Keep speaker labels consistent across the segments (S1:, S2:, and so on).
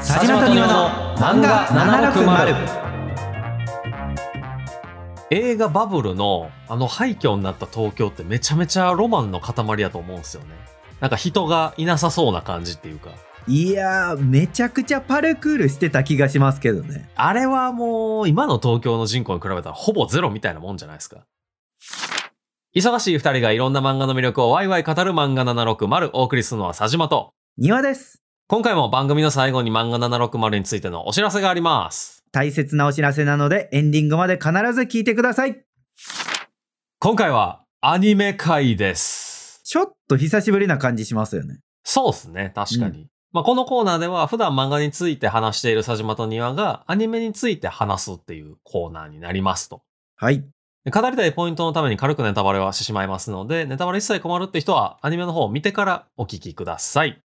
S1: 佐島と庭の漫画760
S2: 映画バブルのあの廃墟になった東京ってめちゃめちゃロマンの塊やと思うんですよねなんか人がいなさそうな感じっていうか
S1: いやーめちゃくちゃパルクールしてた気がしますけどね
S2: あれはもう今の東京の人口に比べたらほぼゼロみたいなもんじゃないですか忙しい二人がいろんな漫画の魅力をワイワイ語る漫画760お送りするのは佐島と
S1: 庭です
S2: 今回も番組の最後に漫画760についてのお知らせがあります
S1: 大切なお知らせなのでエンディングまで必ず聞いてください
S2: 今回はアニメ会です
S1: ちょっと久しぶりな感じしますよね
S2: そうですね、確かに。まあ、このコーナーでは普段漫画について話している佐島と庭がアニメについて話すっていうコーナーになりますと。
S1: はい
S2: で語りたいポイントのために軽くネタバレはしてしまいますので、ネタバレ一切困るって人はアニメの方を見てからお聞きください。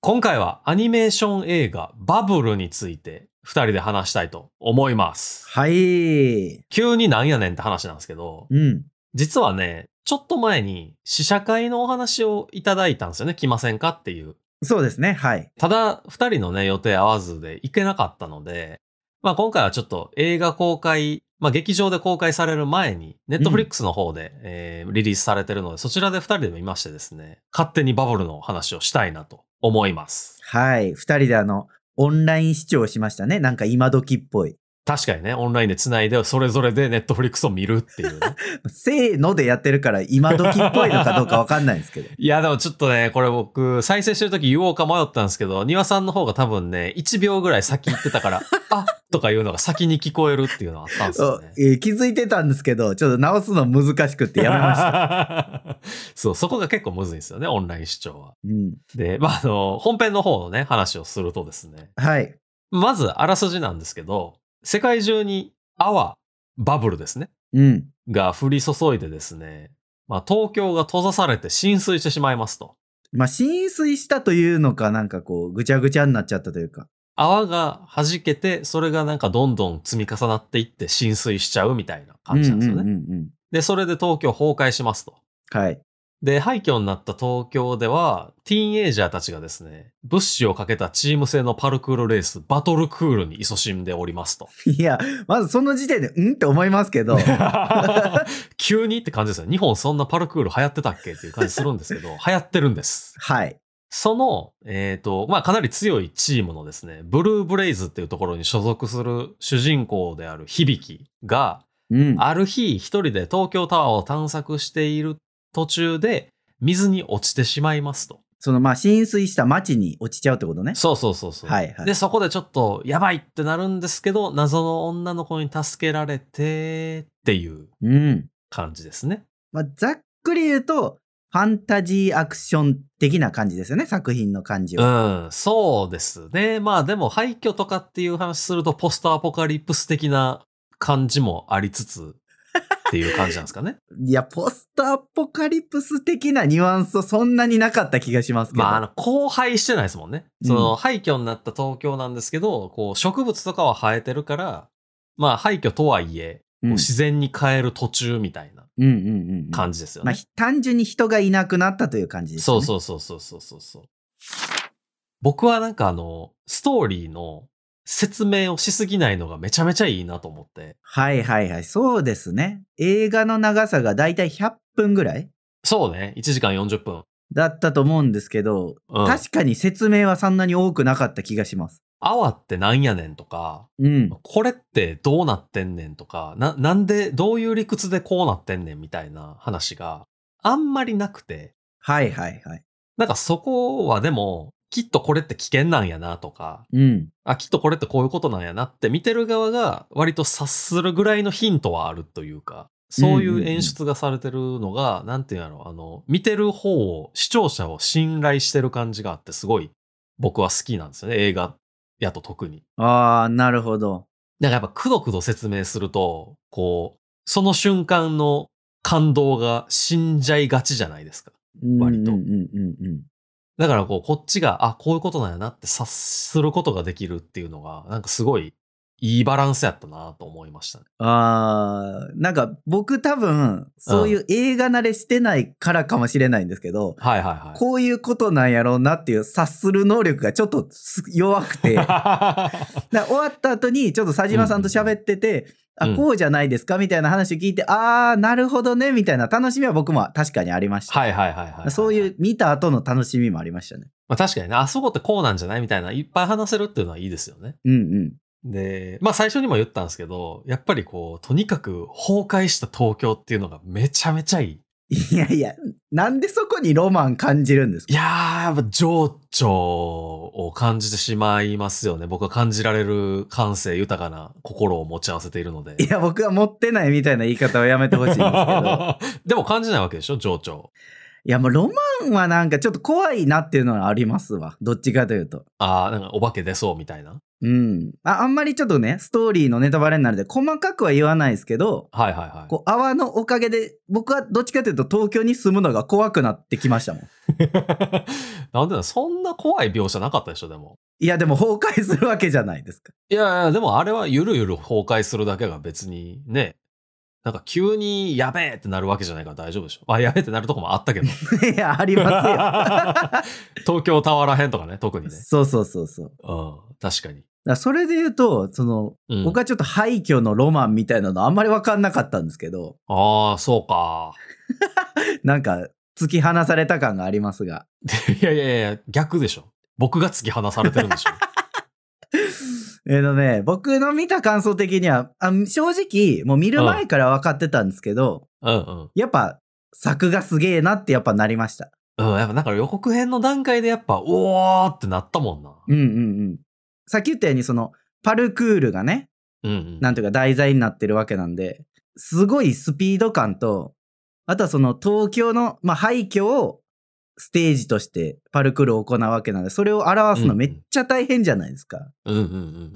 S2: 今回はアニメーション映画バブルについて二人で話したいと思います。
S1: はい
S2: 急になんやねんって話なんですけど、
S1: うん
S2: 実はね、ちょっと前に試写会のお話をいただいたんですよね。来ませんかっていう。
S1: そうですねはい
S2: ただ、二人のね、予定合わずで行けなかったので、まあ今回はちょっと映画公開、まあ劇場で公開される前に、ネットフリックスの方で、えーリリースされてるので、そちらで二人で見ましてですね、勝手にバブルの話をしたいなと思います。
S1: はい二人であのオンライン視聴しましたねなんか今時っぽい
S2: 確かにね、オンラインで繋いで、それぞれでネットフリックスを見るっていうね、
S1: せーのでやってるから今時っぽいのかどうかわかんないですけ ど
S2: いや、でもちょっとね、これ僕、再生してる時言おうか迷ったんですけど、庭さんの方が多分ね、1秒ぐらい先行ってたから、 あとかいうのが先に聞こえるっていうのがあったんですよ
S1: お
S2: ね。
S1: えー気づいてたんですけどちょっと直すの難しくってやめ ました、
S2: た。そう、そこが結構むずいんですよね、オンライン視聴は。
S1: うん、
S2: で、まあ、あの、本編の方のね、話をするとですね、
S1: はい
S2: まず、あらすじなんですけど、世界中に泡、バブルですね、
S1: うん
S2: が降り注いでですね、まあ、東京が閉ざされて浸水してしまいますと。
S1: まあ浸水したというのかなんかこうぐちゃぐちゃになっちゃったというか
S2: 泡が弾けて、それがなんかどんどん積み重なっていって浸水しちゃうみたいな感じなんですよね。
S1: うんうんうんうん
S2: で、それで東京崩壊しますと。
S1: はい
S2: で、廃墟になった東京では、ティーンエイジャーたちがですね、物資をかけたチーム制のパルクールレース、バトルクールに勤しんでおりますと。
S1: いや、まずその時点で、うんって思いますけど、
S2: 急にって感じですよ。日本そんなパルクール流行ってたっけっていう感じするんですけど、流行ってるんです。
S1: はい。
S2: その、えっ、と、まあ、かなり強いチームのですね、ブルーブレイズっていうところに所属する主人公である響が、
S1: うん。
S2: ある日一人で東京タワーを探索している途中で、水に落ちてしまいますと。
S1: その、まあ、浸水した町に落ちちゃうってことね。
S2: そうそうそうそう。
S1: はいはい
S2: で、そこでちょっと、やばいってなるんですけど、謎の女の子に助けられて、っていう
S1: うん。
S2: 感じですね。
S1: まあ、ざっくり言うと、ファンタジーアクション的な感じですよね、作品の感じ
S2: う
S1: は。
S2: ん、そうですね。まあでも、廃墟とかっていう話すると、ポストアポカリプス的な感じもありつつ、っていう感じなんで すかね。
S1: いや、ポストアポカリプス的なニュアンスはそんなになかった気がしますけど。
S2: まあ、あの、荒廃してないですもんね。その、
S1: う
S2: 廃墟になった東京なんですけど、こう、植物とかは生えてるから、まあ、廃墟とはいえ、
S1: う、
S2: こうん自然に変える途中みたいな
S1: うんうんうんうん。
S2: 感じですよね。
S1: まあ、ひ単純に人がいなくなったという感じです、ね。
S2: そうそうそうそうそうそうそう。僕はなんかあの、ストーリーの説明をしすぎないのがめちゃめちゃいいなと思って。
S1: はいはいはい。そうですね。映画の長さがだいたい100分ぐらい
S2: そうね、1時間40分。
S1: だったと思うんですけど、
S2: うん、
S1: 確かに説明はそんなに多くなかった気がします。
S2: 泡ってなんやねんとか、
S1: うん。
S2: これってどうなってんねんとか、な、なんで、どういう理屈でこうなってんねんみたいな話があんまりなくて、
S1: はいはいはい。
S2: なんかそこはでも、きっとこれって危険なんやなとか、
S1: うん。
S2: あ、きっとこれってこういうことなんやなって見てる側が割と察するぐらいのヒントはあるというか、そうい
S1: んうん
S2: う
S1: うん
S2: う演出がされてるのが、なんていうんやろ、あの、見てる方を、視聴者を信頼してる感じがあって、すごい僕は好きなんですよね、映画やと特に。
S1: ああ、なるほど。
S2: なんかやっぱくどくど説明すると、こう、その瞬間の感動が死んじゃいがちじゃないですか。割と
S1: うんうんうんうん。
S2: だからこう、こっちが、あ、こういうことなんやなって察することができるっていうのが、なんかすごいいいバランスやったなと思いましたね。
S1: あーなんか僕多分そういう映画慣れしてないからかもしれないんですけど、
S2: はいはいはい。
S1: こういうことなんやろうなっていう察する能力がちょっとす弱く てだから終わった後にちょっと佐島さんと喋ってて、
S2: うんうん
S1: あこうじゃないですかみたいな話を聞いて、あーなるほどねみたいな楽しみは僕も確かにありました、
S2: はいはいはいはい。
S1: そういう見た後の楽しみもありましたね
S2: まあ、確かにね、あそこってこうなんじゃないみたいな、いっぱい話せるっていうのはいいですよね。
S1: うんうん
S2: で、まあ最初にも言ったんですけど、やっぱりこう、とにかく崩壊した東京っていうのがめちゃめちゃいい。
S1: いやいやなんでそこにロマン感じるんです
S2: い
S1: か
S2: やー、やっぱ情緒を感じてしまいますよね。僕は感じられる感性豊かな心を持ち合わせているので。
S1: いや僕は持ってないみたいな言い方はやめてほしいんですけ ど
S2: でも感じないわけでしょ、情緒。
S1: いやもうロマンはなんかちょっと怖いなっていうのはありますわどっちかというと
S2: ああ、なんかお化け出そうみたいな。
S1: うんああんまりちょっとねストーリーのネタバレになるので細かくは言わないですけど
S2: はいはいはい。
S1: こう泡のおかげで僕はどっちかというと東京に住むのが怖くなってきましたもん
S2: なんでだそんな怖い描写なかったでしょ、でも。
S1: いやでも崩壊するわけじゃないですか
S2: いやいや、でもあれはゆるゆる崩壊するだけが別にね、なんか急にやべえってなるわけじゃないから大丈夫でしょ。あ、やべえってなるとこもあったけ ど。
S1: いやありま
S2: 東京タワーらへんとかね、 特に
S1: す
S2: ね
S1: よ。そうそうそうそうだか
S2: うん、確かに。
S1: らそれで言うとその、
S2: うん
S1: 僕はちょっと廃墟のロマンみたいなのあんまり分かんなかったんですけど
S2: ああ、そうか。
S1: なんか突き放された感がありますが
S2: いやいやいや、逆でしょ。僕が突き放されてるんで しょ。
S1: えのね、僕の見た感想的には、あ正直、もう見る前から分かってたんですけど、
S2: うん
S1: やっぱ、作がすげえなってやっぱなりました。
S2: うん。うん、やっぱなんか予告編の段階でやっぱ、おーってなったもんな。
S1: うんうんうん。さっき言ったように、その、パルクールがね、
S2: うんうん。
S1: なんていうか題材になってるわけなんで、すごいスピード感と、あとはその東京の、まあ、廃墟をステージとしてパルクールを行うわけなんで、それを表すのめっちゃ大変じゃないですか。
S2: うんうん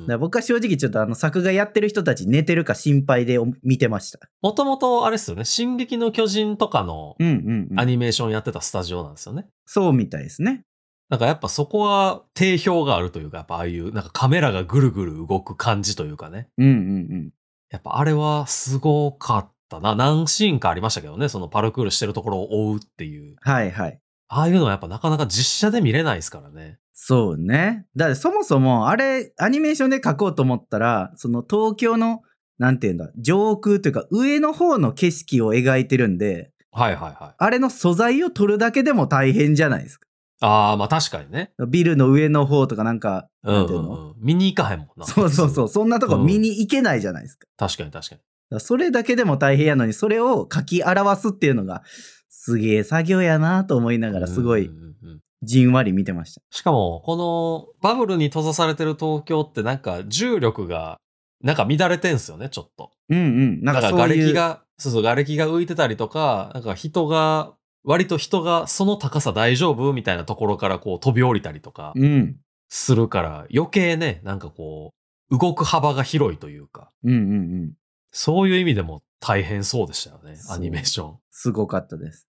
S2: う
S1: だ
S2: んう
S1: から
S2: ん。
S1: 僕は正直ちょっとあの作画やってる人たち寝てるか心配で見てました。
S2: もともとあれですよね、進撃の巨人とかの
S1: うんうん、うん
S2: ア。ニメーションやってたスタジオなんですよね。
S1: そうみたいですね。
S2: なんかやっぱそこは定評があるというか、やっぱああいうなんかカメラがぐるぐる動く感じというかね。
S1: うんうん
S2: やっぱあれはすごかったな。何シーンかありましたけどね、そのパルクールしてるところを追うっていう。
S1: うん。はいはい。
S2: ああいうのはやっぱなかなか実写で見れないですからね。
S1: そうね。だってそもそもあれ、アニメーションで描こうと思ったら、その東京の、なんていうんだ、上空というか上の方の景色を描いてるんで、
S2: はいはいはい。
S1: あれの素材を撮るだけでも大変じゃないですか。
S2: ああ、まあ確かにね。
S1: ビルの上の方とかなんか、
S2: うん、
S1: なんていううんの
S2: うん。見に行かへんもんな。
S1: そうそうそう、
S2: う。
S1: そんなとこ見に行けないじゃないですか。
S2: 確かに確か
S1: だ
S2: に。
S1: からそれだけでも大変やのに、それを書き表すっていうのが、すげえ作業やなと思いながら、すごい
S2: うんうんうんうん
S1: じんわり見てました。
S2: しかも、このバブルに閉ざされてる東京ってなんか重力がなんか乱れてんすよね、ちょっと。
S1: うんうん。なんか
S2: だから
S1: そう
S2: 瓦
S1: い
S2: 礫
S1: う。
S2: が、そうそう、瓦礫が浮いてたりとか、なんか人が、割と人がその高さ大丈夫みたいなところからこう飛び降りたりとか
S1: うん。
S2: するから、余計ね、なんかこう、動く幅が広いというか、
S1: うんうんうん。
S2: そういう意味でも大変そうでしたよね、
S1: そう
S2: アニメーション。
S1: すごかったです。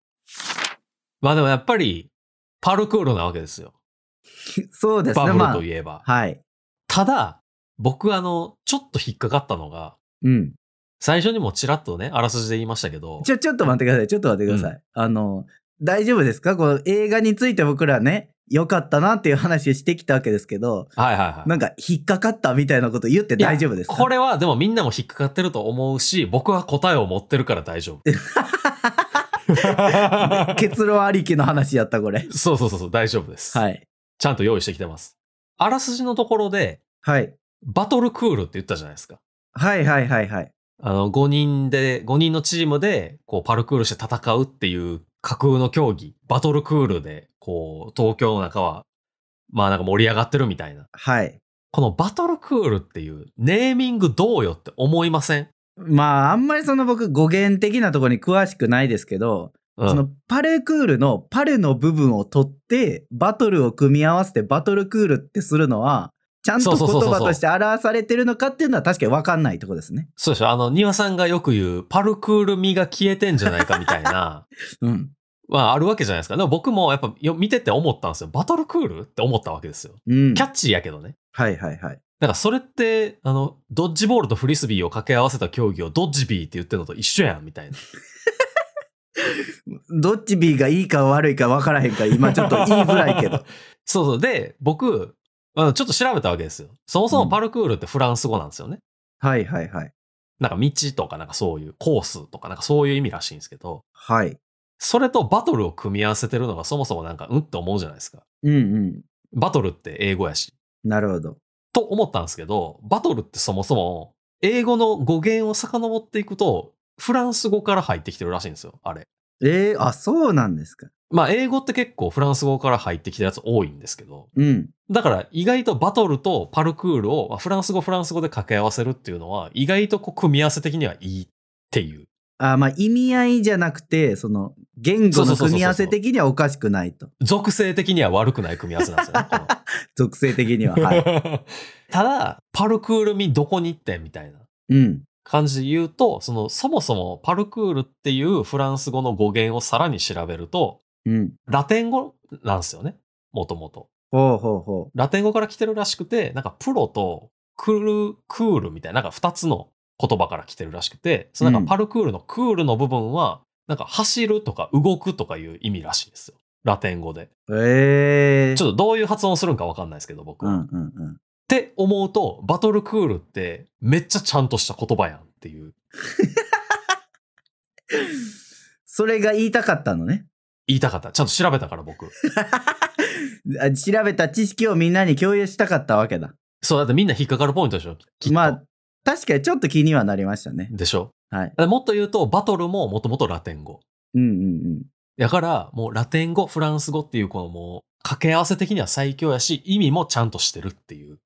S2: まあでもやっぱり、パルクールなわけですよ。
S1: そうですね。
S2: バブル
S1: ま
S2: といえば。
S1: あ、はい。
S2: ただ、僕あの、ちょっと引っかかったのが、
S1: うん。
S2: 最初にもちらっとね、あらすじで言いましたけど、
S1: ちょ、ちょっと待ってください。ちょっと待ってください。あの、大丈夫ですかこの映画について僕らね、良かったなっていう話してきたわけですけど、
S2: はいはいはい。
S1: なんか引っかかったみたいなこと言って大丈夫ですか。
S2: これはでもみんなも引っかかってると思うし、僕は答えを持ってるから大丈夫
S1: 結論ありきの話やった、これ。
S2: そうそうそうそう、大丈夫です、
S1: はい。
S2: ちゃんと用意してきてます。あらすじのところで、
S1: はい。
S2: バトルクールって言ったじゃないですか。
S1: はいはいはいはい。
S2: あの、5人で、5人のチームで、こう、パルクールして戦うっていう架空の競技、バトルクールで、こう、東京の中は、まあなんか盛り上がってるみたいな。
S1: はい。
S2: このバトルクールっていうネーミングどうよって思いません、
S1: まあ、あんまりその僕語源的なところに詳しくないですけど、
S2: うん、
S1: そのパルクールのパルの部分を取ってバトルを組み合わせてバトルクールってするのはちゃんと
S2: そ
S1: 言
S2: うそうそうそう
S1: 葉として表されてるのかっていうのは確かに分かんないとこですね。
S2: そうでしょあの、庭さんがよく言う、パルクール味が消えてんじゃないかみた いな、
S1: うん。
S2: まああるわけじゃないですか。でも僕もやっぱよ見てて思ったんですよ。バトルクールって思ったわけですよ。
S1: うん
S2: キ。ャッチーやけどね。
S1: はいはいはい。
S2: なんかそれって、あの、ドッジボールとフリスビーを掛け合わせた競技をドッジビーって言ってるのと一緒やん、みたいな。
S1: どっち B がいいか悪いか分からへんから、今ちょっと言いづらいけ ど。
S2: そうそう。で、僕、あのちょっと調べたわけですよ。そもそもパルクールってフランス語なんですよね。
S1: はいはいはい。
S2: なんか道とかなんかそういうコースとかなんかそういう意味らしいんですけど、
S1: はい。
S2: それとバトルを組み合わせてるのがそもそもなんかうんって思うじゃないですか。
S1: うんうん。
S2: バトルって英語やし。
S1: なるほど。
S2: と思ったんですけど、バトルってそもそも英語の語源を遡っていくと、フランス語から入ってきてるらしいんですよ、あれ。
S1: えー、あ、そうなんですか。
S2: まあ英語って結構フランス語から入ってきてるやつ多いんですけど、
S1: うん。
S2: だから意外とバトルとパルクールをまあフランス語フランス語で掛け合わせるっていうのは意外とこう組み合わせ的にはいいっていう。
S1: あ、まあ意味合いじゃなくて、その、言語の組み合わせ的にはおかしくないと。
S2: 属性的には悪くない組み合わせなんですよね。この
S1: 属性的には。 はい。
S2: ただ、パルクールにどこに行ってんみたいな
S1: うん。
S2: 感じで言うと、そのそもそもパルクールっていうフランス語の語源をさらに調べると、
S1: うん。
S2: ラテン語なんですよね。もともと。
S1: ほうほうほ
S2: ラテン語から来てるらしくて、なんかプロとクル、クールみたいな、なんか二つの言葉から来てるらしくて、そのなんかパルクールのクールの部分は、なんか走るとか動くとかいう意味らしいですよ。ラテン語で。
S1: う。ええー。
S2: ち
S1: ょっ
S2: ょっとどういう発音するんかわかんないですけど、僕
S1: う
S2: は。
S1: んうんうん。
S2: って思うと、バトルクールってめっちゃちゃんとした言葉やんっていう、
S1: それが言いたかったのね。
S2: 言いたかった。ちゃんと調べたから僕。
S1: あ調べた知識をみんなに共有したかったわけだ。
S2: そう、だってみんな引っかかるポイントでしょ。きっと
S1: まあ、確かにちょっと気にはなりましたね。
S2: でしょ。
S1: はい。
S2: でもっと言うと、バトルももともとラテン語。
S1: うんうん
S2: だから、もうラテン語、フランス語っていうこのもう掛け合わせ的には最強やし、意味もちゃんとしてるっていう。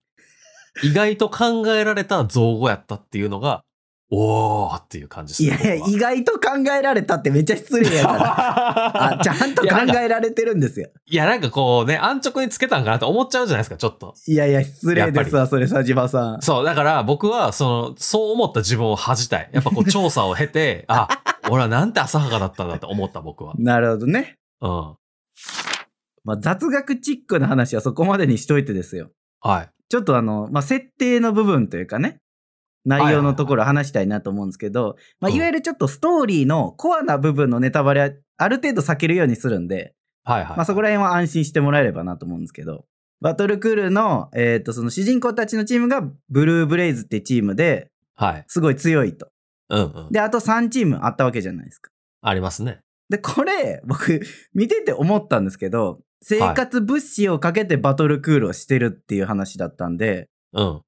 S2: 意外と考えられた造語やったっていうのが、 おーっていう感じです
S1: うん。い
S2: ね。
S1: やいや、
S2: 僕は
S1: 意外と考えられたってめっちゃ失礼や から。あ、ちゃんと考えられてるんですよ。
S2: いや、なんかこうね、安直につけたんかなと思っちゃうじゃないですか、ちょっと。
S1: いやいや、失礼ですわ、それ、佐島さん。
S2: そう、だから僕は、その、そう思った自分を恥じたい。やっぱこう、調査を 経て、あ、俺はなんて浅はかだったんだって思った僕は。
S1: なるほどね。
S2: うん。
S1: まあ、雑学チックな話はそこまでにしといてですよ。
S2: はい。
S1: ちょっとあの、まあ、設定の部分というかね、内容のところ話したいなと思うんですけど、まあ、
S2: うん
S1: いわゆるちょっとストーリーのコアな部分のネタバレはある程度避けるようにするんで、
S2: はいはい。
S1: まあ、そこら辺は安心してもらえればなと思うんですけど、バトルクールの、えっ、と、その主人公たちのチームがブルーブレイズってチームで
S2: はい。
S1: すごい強いと。
S2: うんうん。
S1: で、あと3チームあったわけじゃないですか。
S2: ありますね。
S1: で、これ、僕、見てて思ったんですけど、生活物資をかけてバトルクールをしてるっていう話だったんで、
S2: うん。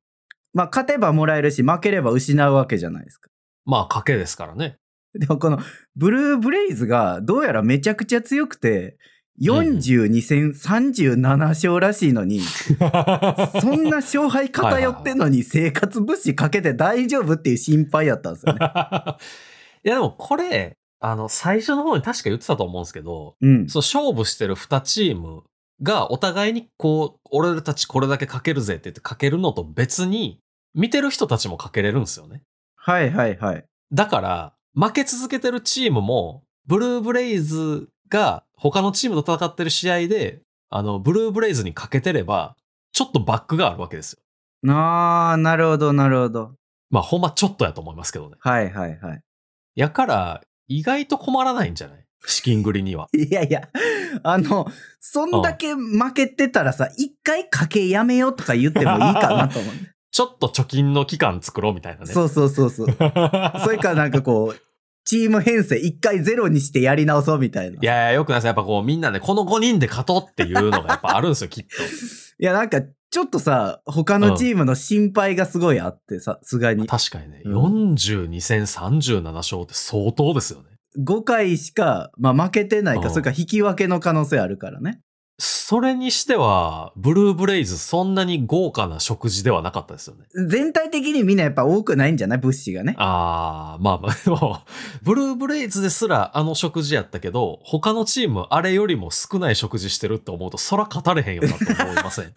S1: まあ、勝てばもらえるし、負ければ失うわけじゃないですか。
S2: まあ、賭けですから ね。
S1: でも、この、ブルーブレイズが、どうやらめちゃくちゃ強くて、42戦37勝らしいのに、そんな勝敗偏ってんの に生活物資かけて大丈夫っていう心配やったんですよ ね。
S2: いや、でもこれ、あの、最初の方に確か言ってたと思うんですけど、
S1: うん。
S2: そう、勝負してる2チームがお互いにこう、俺たちこれだけかけるぜって言ってかけるのと別に、見てる人たちもかけれるんですよね。
S1: はいはいはい。
S2: だから、負け続けてるチームも、ブルーブレイズが他のチームと戦ってる試合で、あの、ブルーブレイズにかけてれば、ちょっとバックがあるわけですよ。
S1: あー、なるほどなるほど。
S2: まあ、ほんまちょっとやと思いますけどね。
S1: はいはいは
S2: やから、意外と困らないんじゃない資金繰りには。
S1: い。いやいや、あの、そんだけ負けてたらさ、一回賭けやめようとか言ってもいいかな と思う。
S2: ちょっと貯金の期間作ろうみたいなね。
S1: そうそうそうそう。それかなんかこう、チーム編成一回ゼロにしてやり直そうみたいな。
S2: いやいや、よくないです。やっぱこう、みんなで、この5人で勝とうっていうのがやっぱあるんですよ、きっと。
S1: いやなんか、ちょっとさ、他のチームの心配がすごいあってさ、すがに。
S2: 確かにね、
S1: うん
S2: 42戦37勝って相当ですよね。
S1: 5回しか、まあ、負けてないか、
S2: うん
S1: それから引き分けの可能性あるからね。
S2: それにしては、ブルーブレイズ、そんなに豪華な食事ではなかったですよね。
S1: 全体的にみんなやっぱ多くないんじゃない物資がね。
S2: あー、まあまあ、でも、 ブルーブレイズですらあの食事やったけど、他のチームあれよりも少ない食事してるって思うと、そら勝たれへんよなって思いません。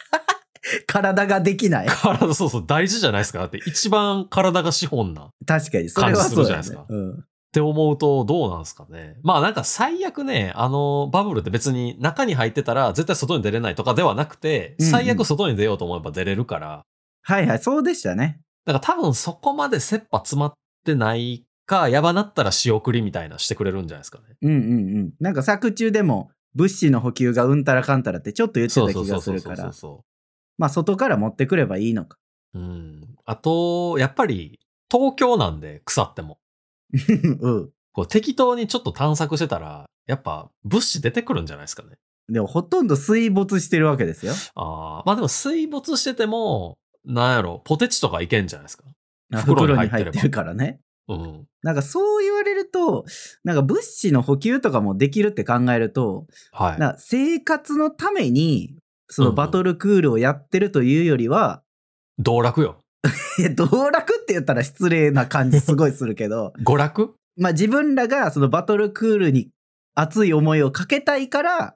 S1: 体ができない。
S2: 体、そうそう、大事じゃないですか。だって一番体が資本な。
S1: 確かに、それはそうだよ
S2: 感じする
S1: ね
S2: じゃないですか。
S1: うん
S2: って思うとどうなんですかね。まあなんか最悪ね、あのバブルって別に中に入ってたら絶対外に出れないとかではなくて、
S1: うんうん
S2: 最悪外に出ようと思えば出れるから、
S1: はいはい、そうでしたね。
S2: だから多分そこまで切羽詰まってないか、やばなったら仕送りみたいなしてくれるんじゃないですかね。
S1: うんうんうん。なんか作中でも物資の補給がうんたらかんたらってちょっと言ってた気がするから、
S2: そ
S1: まあ外から持ってくればいいのか。
S2: う。うん。あと、やっぱり東京なんで腐っても。
S1: うん。
S2: こう適当にちょっと探索してたら、やっぱ物資出てくるんじゃないですかね。
S1: でもほとんど水没してるわけですよ。
S2: ああ、まあでも水没してても、なんやろ、ポテチとかいけんじゃないですか。
S1: あ
S2: 袋に
S1: 袋
S2: 入
S1: に
S2: って
S1: 入
S2: れ
S1: っ
S2: ば
S1: てるからね。
S2: うん。
S1: なんかそう言われると、なんか物資の補給とかもできるって考えると、
S2: はい。
S1: なんか生活のために、そ
S2: うん
S1: の
S2: うん
S1: バトルクールをやってるというよりは、
S2: 道楽よ。
S1: いや、道楽って言ったら失礼な感じすごいするけど、
S2: 娯楽
S1: まあ自分らがそのバトルクールに熱い思いをかけたいから、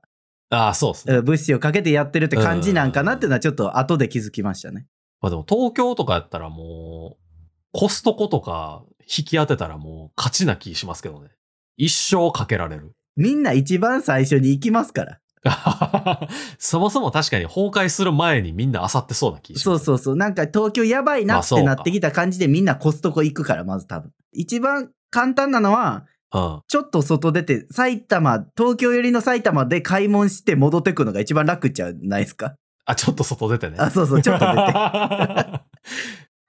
S2: ああ、そうですね。
S1: うん物資をかけてやってるって感じなんかなっていうのはちょっと後で気づきましたね。
S2: まあでも東京とかやったらもう、コストコとか引き当てたらもう勝ちな気しますけどね。一生かけられる。
S1: みんな一番最初に行きますから。
S2: そもそも確かに崩壊する前にみんな漁ってそうな気し
S1: そ
S2: ま
S1: う
S2: す。
S1: そうそう。なんか東京やばいな
S2: あ
S1: っ
S2: そう
S1: て
S2: か
S1: なってきた感じでみんなコストコ行くから、まず多分。一番簡単なのは、
S2: うん。
S1: ちょっと外出て、埼玉、東京寄りの埼玉で買い物して戻ってくのが一番楽じゃないですか。
S2: あ、ちょっと外出てね。
S1: あ、そうそう、ちょっと 出て。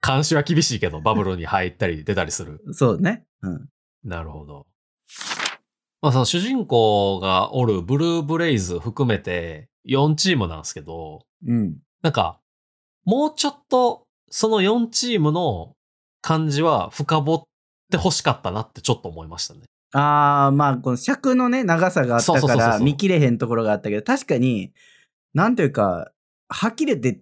S2: 監視は厳しいけど、バブルに入ったり出たりする。
S1: そうね。うん。
S2: なるほど。まあその主人公がおるブルーブレイズ含めて4チームなんですけど、
S1: うん。
S2: なんか、もうちょっとその4チームの感じは深掘って欲しかったなってちょっと思いましたね。
S1: あー、まあ、この尺のね、長さがあった
S2: そう
S1: か
S2: そうそうそ
S1: ら
S2: うそう
S1: 見切れへんところがあったけど、確かに、なんというか、はっきり言って、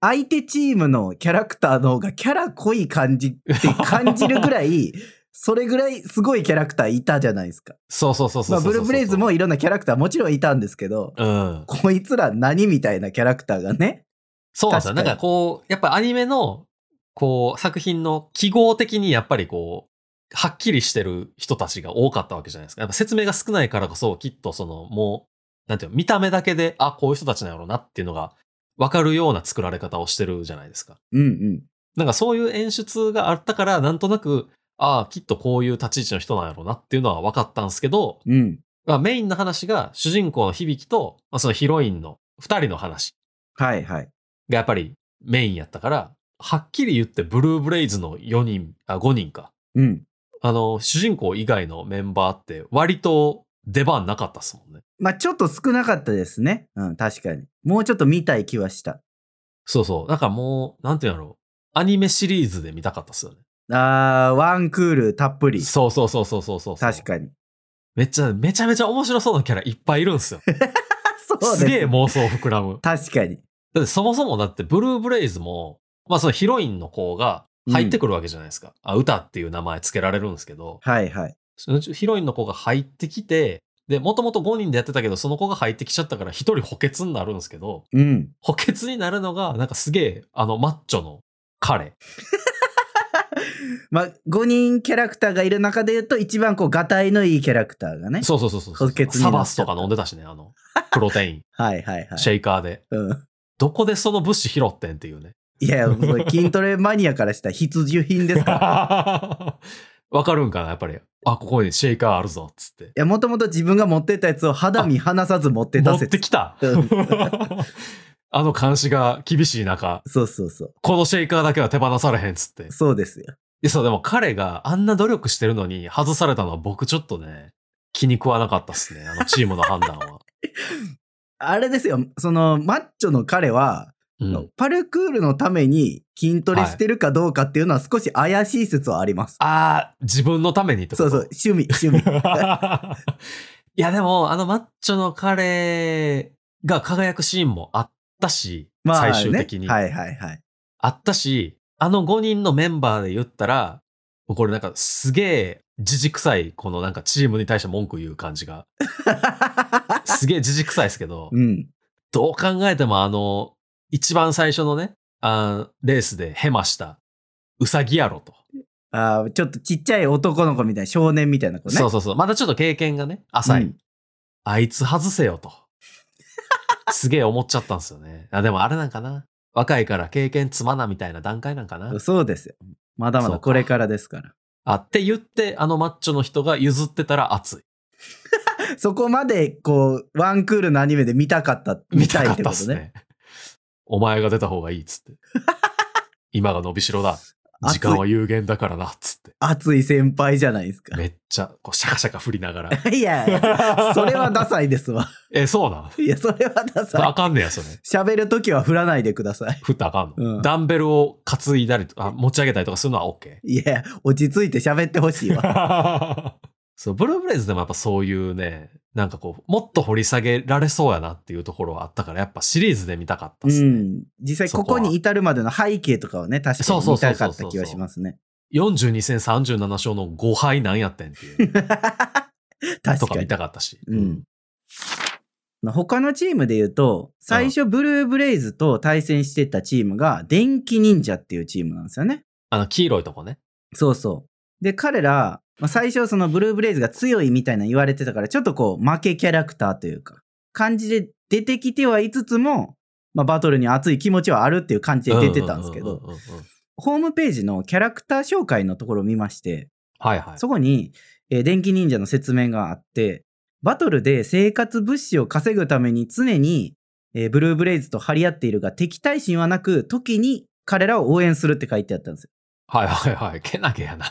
S1: 相手チームのキャラクターの方がキャラ濃い感じって感じるぐらい、それぐらいすごいキャラクターいたじゃないですか。
S2: そうそうそうそ
S1: ま
S2: う
S1: あ、
S2: そう
S1: ブ
S2: そう
S1: ルーブレイズもいろんなキャラクターもちろんいたんですけど、
S2: うん。
S1: こいつら何みたいなキャラクターがね。
S2: そうなんです
S1: 確か
S2: よ。な
S1: に
S2: んかこう、やっぱアニメの、こう、作品の記号的にやっぱりこう、はっきりしてる人たちが多かったわけじゃないですか。やっぱ説明が少ないからこそ、きっとその、もう、なんていうの、見た目だけで、あ、こういう人たちなんやろうなっていうのが、わかるような作られ方をしてるじゃないですか。
S1: うんうん。
S2: なんかそういう演出があったから、なんとなく、ああ、きっとこういう立ち位置の人なんやろうなっていうのは分かったんですけど、
S1: うん。
S2: まあ、メインの話が主人公の響きと、まあ、そのヒロインの二人の話
S1: はいはい。
S2: がやっぱりメインやったから、はっきり言ってブルーブレイズの4人、あ、5人か。
S1: うん。
S2: あの、主人公以外のメンバーって割と出番なかったっすもんね。
S1: まあ、ちょっと少なかったですね。うん、確かに。もうちょっと見たい気はした。
S2: そうそう。だからもう、なんていうんだろう。アニメシリーズで見たかったっすよね。
S1: あー、ワンクールたっぷり。
S2: そうそうそうそうそうそう。
S1: 確かに。
S2: めっちゃ、めちゃめちゃ面白そうなキャラいっぱいいるんですよ。
S1: そうですす
S2: げえ妄想膨らむ。
S1: 確かに。
S2: だってそもそもだってブルーブレイズも、まあそのヒロインの子が入ってくるわけじゃないですか。あ、歌っていう名前つけられるんですけど、
S1: はいはい。
S2: そのヒロインの子が入ってきて、で、もともと5人でやってたけど、その子が入ってきちゃったから1人補欠になるんですけど、
S1: うん。
S2: 補欠になるのが、なんかすげえ、あの、マッチョの彼。
S1: まあ、5人キャラクターがいる中で言うと、一番こう、がたいのいいキャラクターがね。
S2: そうそうそうそう。
S1: 補欠になっちゃった
S2: サバスとか飲んでたしね、あの、プロテイン、
S1: はいはいはい。
S2: シェイカーで。
S1: うん。
S2: どこでその物資拾ってんってい うね。
S1: い や、もう筋トレマニアからしたら必需品ですから。
S2: わかるんかな、やっぱり。あ、ここにシェイカーあるぞ、つって。
S1: いや、もともと自分が持ってったやつを肌身離さず持って
S2: 持
S1: た
S2: って
S1: 説。
S2: きた
S1: うん。
S2: あの監視が厳しい中、
S1: そうそうそう。
S2: このシェイカーだけは手放されへん、つって。
S1: そうですよ。
S2: いやそう、でも彼があんな努力してるのに外されたのは僕ちょっとね、気に食わなかったっすね。あのチームの判断 は。
S1: あれですよ、その、マッチョの彼は、
S2: うん。
S1: パルクールのために筋トレしてるかどうかっていうのは少し怪しい説はあります。
S2: あー、自分のためにってこ
S1: そう
S2: と
S1: そう、。趣味、趣味。
S2: いや、でも、あのマッチョの彼が輝くシーンもあったし、
S1: まあ、ね、
S2: 最終的に、
S1: はいはいはい。
S2: あったし、あの5人のメンバーで言ったら、もうこれなんかすげえ、じじくさい、このなんかチームに対して文句言う感じが、すげえじじくさいですけど、
S1: うん。
S2: どう考えてもあの、一番最初のね、あーレースでヘマした、ウサギやろと、
S1: あーちょっとちっちゃい男の子みたいな、少年みたいな子ね。
S2: そうそうそう。まだちょっと経験がね、浅い。
S1: うん
S2: あいつ外せよと。すげえ思っちゃったんですよね。あ、でもあれなんかな。若いから経験積まなみたいな段階なんかな。
S1: そうですよ。まだま
S2: そ
S1: だ
S2: うか
S1: これからですから。
S2: あって言って、あのマッチョの人が譲ってたら熱い。
S1: そこまで、こう、ワンクールのアニメで見たかった、
S2: 見
S1: 見
S2: た
S1: たい
S2: か
S1: っ
S2: ってた
S1: こ
S2: っ
S1: と
S2: す
S1: ね。
S2: ね。お前が出た方がいいっ つって。今が伸びしろだ。時間は有限だからなっつって。
S1: 熱い先輩じゃないですか。
S2: めっちゃこうシャカシャカ振りながら。
S1: いやいや、 それはダサいですわ。
S2: え、そうなん
S1: いや、それはダ
S2: それあ
S1: サ
S2: かんねや、それ。
S1: い。喋るときは振らないでください。
S2: 振ったらあかんの、
S1: うん
S2: ダンベルを担いだりとか、持ち上げたりとかするの は OK。
S1: いや、落ち着いて喋ってほしい わ。
S2: そう、ブルーブレイズでもやっぱそういうね、なんかこう、もっと掘り下げられそうやなっていうところはあったから、やっぱシリーズで見たかった
S1: う
S2: っすね。
S1: ん。実際ここに至るまでの背景とかをね、確かに見たかった気はします ね。
S2: 42戦37勝の5敗なんや ってんっていうと
S1: 確
S2: か
S1: か
S2: 見
S1: に。
S2: たかったし。
S1: うん。他のチームで言うと、最初ブルーブレイズと対戦してたチームが、電気忍者っていうチームなんですよね。
S2: あの、黄色いとこね。
S1: そうそう。で、彼ら、まあ最初そのブルーブレイズが強いみたいな言われてたから、ちょっとこう負けキャラクターというか、感じで出てきてはいつつも、まあ、バトルに熱い気持ちはあるっていう感じで出てたんですけ
S2: う
S1: ど
S2: う、うんうんうんうん
S1: ホームページのキャラクター紹介のところを見まして、
S2: はいはい。
S1: そこに、えー電気忍者の説明があって、バトルで生活物資を稼ぐために常に、えーブルーブレイズと張り合っているが敵対心はなく、時に彼らを応援するって書いてあったんですよ
S2: はいはいはい。けなげやな。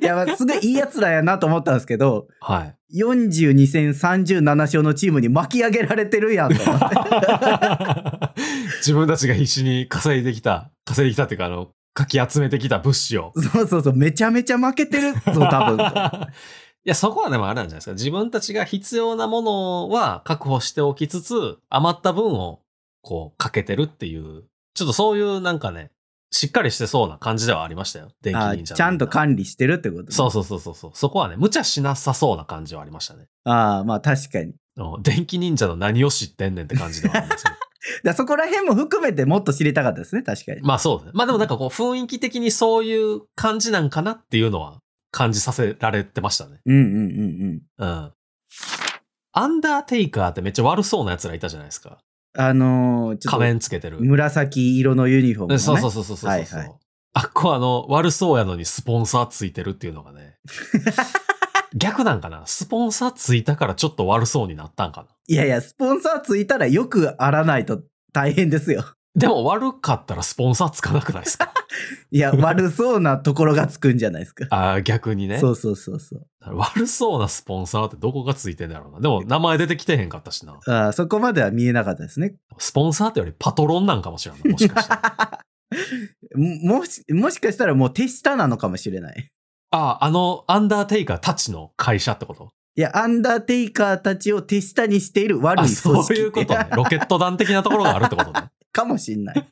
S1: いや、まあすごいいいやつらやなと思ったんですけど、
S2: はい。
S1: 42戦37勝のチームに巻き上げられてるやんと思 って。
S2: 自分たちが必死に稼いできた、稼いできたっていうか、あの、かき集めてきた物資を。
S1: そうそうそう、めちゃめちゃ負けてるぞ、多 分。
S2: いや、そこはでもあれなんじゃないですか。自分たちが必要なものは確保しておきつつ、余った分を、こう、かけてるっていう、ちょっとそういうなんかね、しっかりしてそうな感じではありましたよ。電気
S1: あ
S2: 忍者のみな
S1: ちゃんと管理してるってことね、
S2: そうそうそうそうそう。そこはね、無茶しなさそうな感じはありましたね。
S1: ああ、まあ確かに。
S2: うん電気忍者の何を知ってんねんって感じではありますね。
S1: だそこら辺も含めてもっと知りたかったですね、確かに。
S2: まあそうね。まあでもなんかこう雰囲気的にそういう感じなんかなっていうのは感じさせられてましたね。
S1: うんうんうんうん。
S2: うん。アンダーテイカーってめっちゃ悪そうな奴らいたじゃないですか。
S1: あのーちょっ
S2: 仮
S1: と
S2: 面つけてる。
S1: 紫色のユニフォーム、ね。
S2: うんそうそう
S1: う。
S2: そうそうそう。
S1: はいはい
S2: あっこはあの、悪そうやのにスポンサーついてるっていうのが ね。逆なんかなスポンサーついたからちょっと悪そうになったんかない
S1: やいや、スポンサーついたらよくあらないと大変ですよ。
S2: でも悪かったらスポンサーつかなくないですか
S1: い や、悪そうなところがつくんじゃないですか。
S2: ああ、逆にね。
S1: そうそうそうそう。
S2: 悪そうなスポンサーってどこがついてんだろうな。でも名前出てきてへんかったしな。
S1: あーそこまでは見えなかったですね。
S2: スポンサーってよりパトロンなんかもしれない。もしかして。あ
S1: ももし、もしかしたらもう手下なのかもしれない。
S2: あ、あの、アンダーテイカーたちの会社ってこと
S1: いや、アンダーテイカーたちを手下にしている悪い
S2: あ、
S1: 組織
S2: そういうこ とね。ロケット弾的なところがあるってことね。
S1: かもしんない。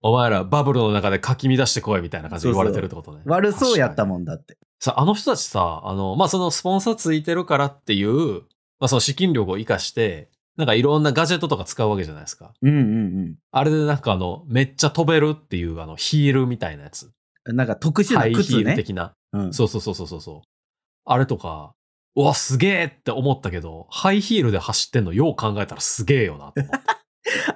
S2: お前らバブルの中でかき乱してこいみたいな感じで言われてるってことね。
S1: 悪そうやった
S2: ん。
S1: もんだって。
S2: さ、あの人たちさ、あの、まあ、そのスポンサーついてるからっていう、まあ、その資金力を活かして、なんかいろんなガジェットとか使うわけじゃないですか。
S1: うんうん
S2: あれでなんかあの、めっちゃ飛べるっていうあの、ヒールみたいなやつ。
S1: うん。なんか特殊
S2: ハ
S1: な
S2: イヒ
S1: 靴
S2: ール
S1: ね。
S2: 的な。
S1: うん、
S2: そうそうそうそうそうそう。あれとか、うわ、すげえって思ったけど、ハイヒールで走ってんのよう考えたらすげえよなと思って。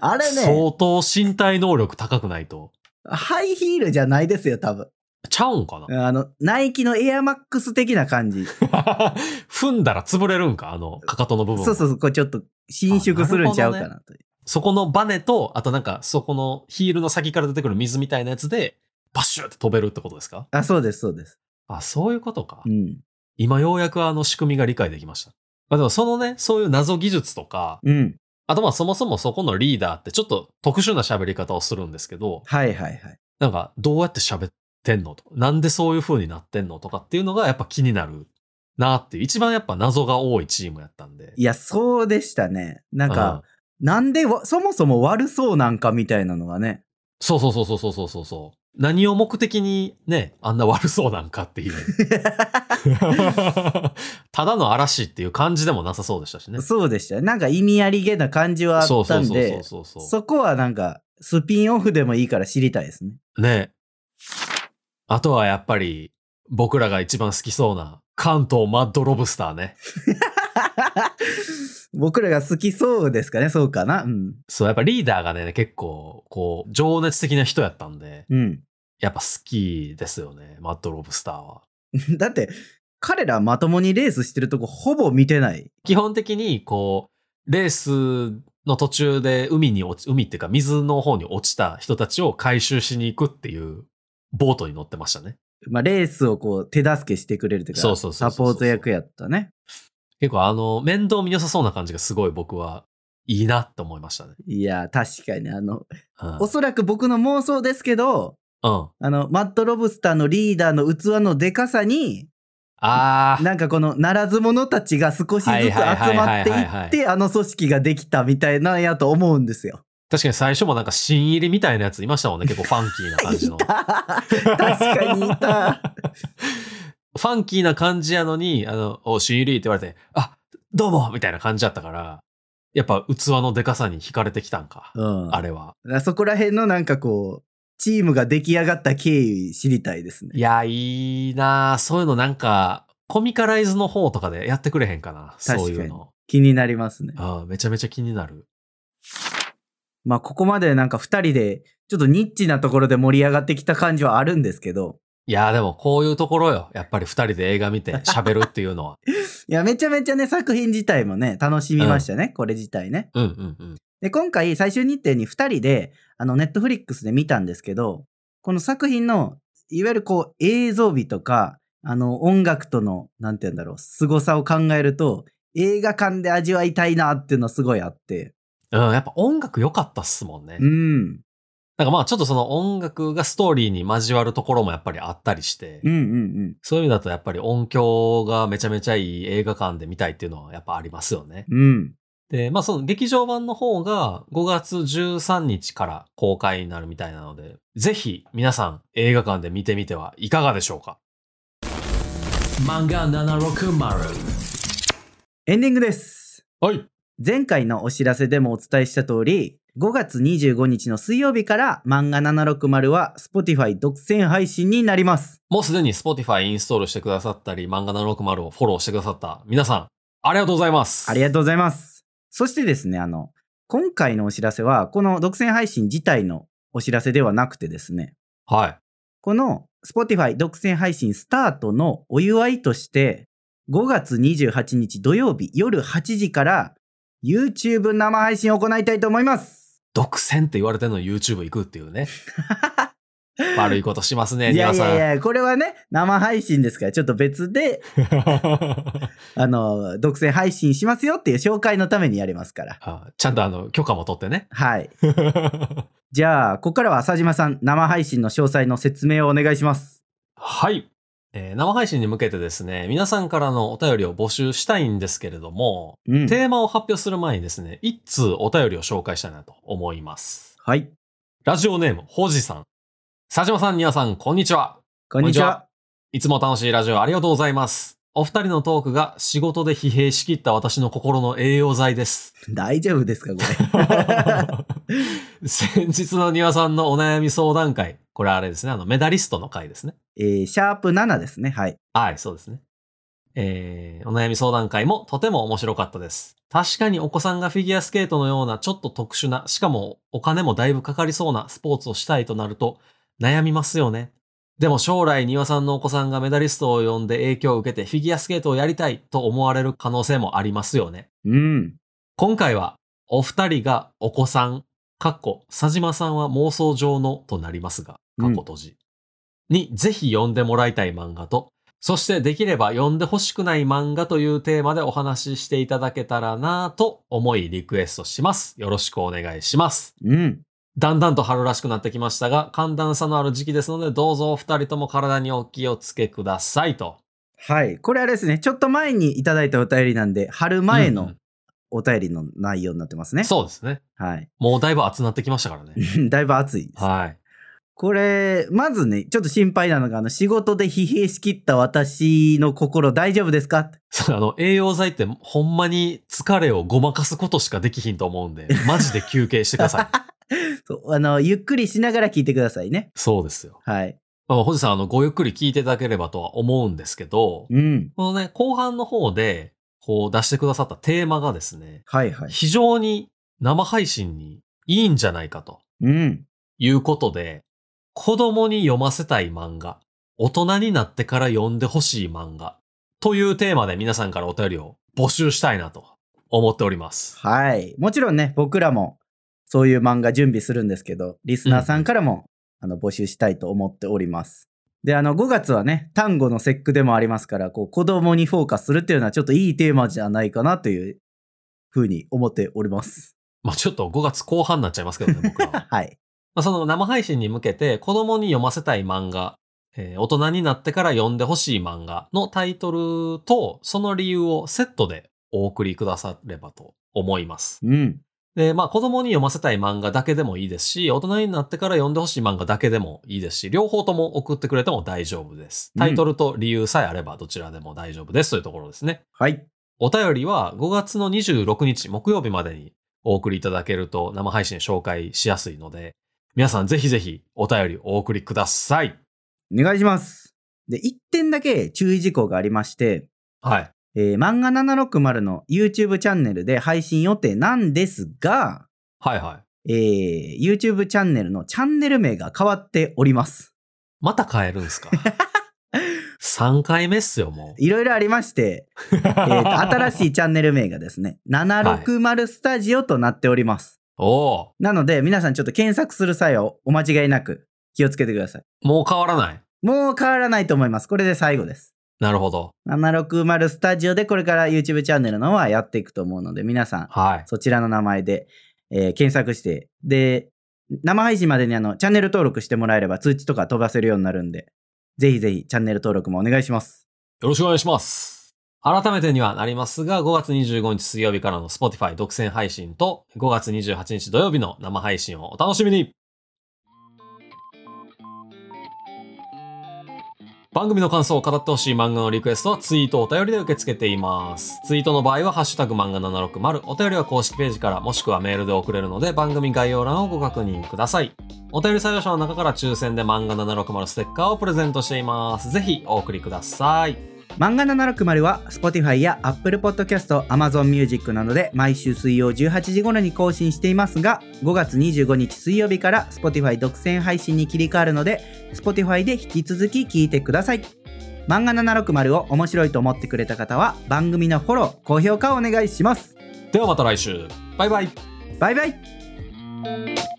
S1: あれね、
S2: 相当身体能力高くないと。
S1: ハイヒールじゃないですよ、多分。
S2: ちゃうんかな
S1: あの、ナイキのエアマックス的な感じ。
S2: 踏んだら潰れるんかあの、かかとの部分。
S1: そうそうそう、これちょっと伸縮するんちゃうかなという。
S2: そこのバネと、あとなんか、そこのヒールの先から出てくる水みたいなやつで、バシューって飛べるってことですか
S1: あ、そうです、そうです。
S2: あ、そういうことか。
S1: うん。
S2: 今ようやくあの仕組みが理解できました。まあでもそのね、そういう謎技術とか、
S1: うん。
S2: あとまあそもそもそこのリーダーってちょっと特殊な喋り方をするんですけど、
S1: はいはいはい。
S2: なんかどうやって喋ってんのとか、なんでそういう風になってんのとかっていうのがやっぱ気になるなっていう、一番やっぱ謎が多いチームやったんで。
S1: いや、そうでしたね。なん
S2: う
S1: か、なんでわそもそも悪そうなんかみたいなのがね。
S2: そうそうそうそうそうそうそうそう。何を目的にね、あんな悪そうなんかっ ていう。ただの嵐っていう感じでもなさそうでした しね。
S1: そうでしたね。なんか意味ありげな感じはあ
S2: そう
S1: った
S2: そうんそう
S1: で、
S2: そうそう。
S1: そこはなんかスピンオフでもいいから知りたいですね。
S2: ねあとはやっぱり、僕らが一番好きそうな、関東マッドロブスターね。
S1: 僕らが好きそうですかね、そうかな。うん。
S2: そう、やっぱリーダーがね、結構、こう、情熱的な人やったんで、
S1: うん。
S2: やっぱ好きですよね、マッドロブスターは。
S1: だって、彼らまともにレースしてるとこほぼ見てない。
S2: 基本的に、こう、レースの途中で海に落ち、海っていうか水の方に落ちた人たちを回収しに行くっていうボートに乗ってましたね。
S1: まあ、レースをこう手助けしてくれるという
S2: そう
S1: か、
S2: そうそ
S1: サ
S2: うそ
S1: ポ
S2: うそう
S1: ート役やったね。
S2: 結構あの、面倒見良さそうな感じがすごい僕はいいなって思いましたね。
S1: いや、確かにあの、
S2: うん。
S1: おそらく僕の妄想ですけど、
S2: うん、
S1: あの、マット・ロブスターのリーダーの器のでかさに、
S2: あー
S1: なんかこのならず者たちが少しずつ
S2: はい
S1: 集
S2: はいはいはい
S1: まってい
S2: はいはい
S1: って、あの組織ができたみたいなんやと思うんですよ。
S2: 確かに最初もなんか新入りみたいなやついましたもんね。結構ファンキーな感じ の。
S1: いた確かにいた。
S2: ファンキーな感じやのに、あの、お、新入りって言われて、あ、どうもみたいな感じだったから、やっぱ器のでかさに惹かれてきたんか。
S1: うん。
S2: あれは。
S1: そこら辺のなんかこう、チームが出来上がった経緯知りたいですね。
S2: いや、いいなあそういうのなんか、コミカライズの方とかでやってくれへんかな。
S1: かに
S2: そういうの。
S1: 気になりますね。
S2: あめちゃめちゃ気になる。
S1: まあ、ここまでなんか2人で、ちょっとニッチなところで盛り上がってきた感じはあるんですけど、
S2: いや、でもこういうところよ。やっぱり二人で映画見て喋るってい うのは。
S1: いや、めちゃめちゃね、作品自体もね、楽しみましたね、これ自体ね。
S2: うんうんうん。
S1: で、今回、最終日程に2人で、あの、ネットフリックスで見たんですけど、この作品の、いわゆるこう、映像美とか、あの、音楽との、なんて言うんだろう、凄さを考えると、映画館で味わいたいなっていうのはすごいあって。
S2: うん、やっぱ音楽良かったっすもんね。
S1: うん。
S2: なんかまあちょっとその音楽がストーリーに交わるところもやっぱりあったりして、
S1: うんうんうん。
S2: そういう意味だとやっぱり音響がめちゃめちゃいい映画館で見たいっていうのはやっぱありますよね。
S1: うん。
S2: で、まあその劇場版の方が5月13日から公開になるみたいなので、ぜひ皆さん映画館で見てみてはいかがでしょうか漫画760
S1: エンディングです。
S2: はい。
S1: 前回のお知らせでもお伝えした通り、5月25日の水曜日から漫画760は Spotify 独占配信になります。
S2: もうすでに Spotify インストールしてくださったり、漫画760をフォローしてくださった皆さん、ありがとうございます。
S1: ありがとうございます。そしてですね、あの、今回のお知らせは、この独占配信自体のお知らせではなくてですね、
S2: はい。
S1: この Spotify 独占配信スタートのお祝いとして、5月28日土曜日夜8時から YouTube 生配信を行いたいと思います。
S2: 独占って言われてるのに YouTube 行くっていう ね。悪いことしますね、
S1: いや
S2: 庭
S1: い
S2: さん。
S1: やいや、これはね、生配信ですから、ちょっと別で、あの、独占配信しますよっていう紹介のためにやりますから。。
S2: あちゃんとあの、許可も取ってね
S1: はい。
S2: は
S1: じゃあ、ここからは浅島さん、生配信の詳細の説明をお願いします。
S2: い、えー生配信に向けてですね、皆さんからのお便りを募集したいんですけれども、
S1: うん。
S2: テーマを発表する前にですね、一通お便りを紹介したいなと思います。
S1: はい。
S2: ラジオネーム、ほじさん。佐島さん、庭さん、こんにちは。
S1: こんにちは。
S2: いつも楽しいラジオありがとうございます。お二人のトークが仕事で疲弊しきった私の心の栄養剤です。
S1: 大丈夫ですか、こ れ。
S2: 先日の庭さんのお悩み相談会。これあれですね。あの、メダリストの会ですね。
S1: えー、シャープ7ですね。はい。
S2: はい、そうですね。えー、お悩み相談会もとても面白かったです。確かにお子さんがフィギュアスケートのようなちょっと特殊な、しかもお金もだいぶかかりそうなスポーツをしたいとなると悩みますよね。でも将来庭さんのお子さんがメダリストを呼んで影響を受けてフィギュアスケートをやりたいと思われる可能性もありますよね。
S1: うん。
S2: 今回はお二人がお子さん、かっこ、佐島さんは妄想上のとなりますが、
S1: う
S2: か
S1: ん
S2: っこ閉じ、にぜひ読んでもらいたい漫画と、そしてできれば読んでほしくない漫画というテーマでお話ししていただけたらなぁと思いリクエストします。よろしくお願いします。
S1: うん。
S2: だんだんと春らしくなってきましたが、寒暖差のある時期ですので、どうぞお二人とも体にお気をつけくださいと。
S1: はい。これあれですね。ちょっと前にいただいたお便りなんで、春前
S2: うんう
S1: の
S2: ん
S1: お便りの内容になってますね。
S2: そうですね。
S1: はい。
S2: もうだいぶ暑なってきましたからね。
S1: だいぶ暑いです。
S2: はい。
S1: これ、まずね、ちょっと心配なのが、あの、仕事で疲弊しきった私の心大丈夫ですか
S2: そう、あの、栄養剤ってほんまに疲れをごまかすことしかできひんと思うんで、マジで休憩してください。
S1: そうあの、ゆっくりしながら聞いてくださいね。
S2: そうですよ。
S1: はい。
S2: まあ、ほじさん、あの、ごゆっくり聞いていただければとは思うんですけど、
S1: うん。
S2: このね、後半の方で、こう出してくださったテーマがですね、
S1: はいはい。
S2: 非常に生配信にいいんじゃないかと
S1: うん。
S2: いうことで、子供に読ませたい漫画、大人になってから読んでほしい漫画というテーマで皆さんからお便りを募集したいなと思っております。
S1: はい。もちろんね、僕らもそういう漫画準備するんですけど、リスナーさんからも、あの募集したいと思っております。で、あの、5月はね、単語の節句でもありますから、こう、子供にフォーカスするっていうのはちょっといいテーマじゃないかなというふうに思っております。
S2: まあちょっと5月後半になっちゃいますけどね、僕らは。
S1: はい。
S2: まあ、その生配信に向けて子供に読ませたい漫画、えー大人になってから読んでほしい漫画のタイトルとその理由をセットでお送りくださればと思います。
S1: うん。
S2: で、まあ子供に読ませたい漫画だけでもいいですし、大人になってから読んでほしい漫画だけでもいいですし、両方とも送ってくれても大丈夫です。タイトルと理由さえあればどちらでも大丈夫ですというところですね。
S1: はい。
S2: お便りは5月の26日木曜日までにお送りいただけると生配信紹介しやすいので、皆さんぜひぜひお便りお送りください。
S1: お願いします。で、1点だけ注意事項がありまして、
S2: はい。
S1: えー漫画760の YouTube チャンネルで配信予定なんですが、
S2: はいはい。
S1: えー YouTube チャンネルのチャンネル名が変わっております。
S2: また変えるんですか 3回目っすよ、もう。
S1: いろいろありまして、えーと 新しいチャンネル名がですね、760スタジオとなっております。
S2: おお
S1: なので、皆さんちょっと検索する際はお間違いなく気をつけてください。
S2: もう変わらない。
S1: もう変わらないと思います。これで最後です。
S2: なるほど。
S1: 760スタジオでこれから YouTube チャンネルの方はやっていくと思うので、皆さん
S2: はい。
S1: そちらの名前で、えー検索して、で、生配信までにあのチャンネル登録してもらえれば通知とか飛ばせるようになるんで、ぜひぜひチャンネル登録もお願いします。
S2: よろしくお願いします。改めてにはなりますが、5月25日水曜日からの Spotify 独占配信と、5月28日土曜日の生配信をお楽しみに番組の感想を語ってほしい漫画のリクエストはツイートお便りで受け付けています。ツイートの場合はハッシュタグ漫画760、お便りは公式ページからもしくはメールで送れるので番組概要欄をご確認ください。お便り採用者の中から抽選で漫画760ステッカーをプレゼントしています。ぜひお送りください。
S1: 漫画760は Spotify や Apple Podcast、Amazon Music などで毎週水曜18時頃に更新していますが、5月25日水曜日から Spotify 独占配信に切り替わるので、Spotify で引き続き聞いてください。漫画760を面白いと思ってくれた方は番組のフォロー、高評価をお願いします。
S2: ではまた来週。バイバイ。
S1: バイバイ